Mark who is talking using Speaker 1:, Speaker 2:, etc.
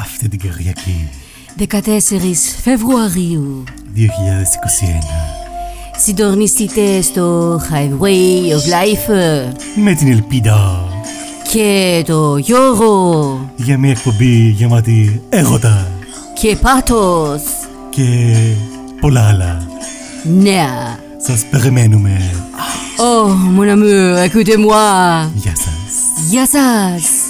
Speaker 1: Αυτή την Κυριακή
Speaker 2: 14 Φεβρουαρίου
Speaker 1: 2021
Speaker 2: συντονιστείτε στο Highway of Life
Speaker 1: με την ελπίδα
Speaker 2: και το Γιώργο
Speaker 1: για μια εκπομπή γεμάτη έρωτα
Speaker 2: και πάτος
Speaker 1: και πολλά άλλα.
Speaker 2: νέα.
Speaker 1: Σας περιμένουμε.
Speaker 2: Oh mon amour, écoutez-moi.
Speaker 1: Γεια σας.
Speaker 2: Γεια σας.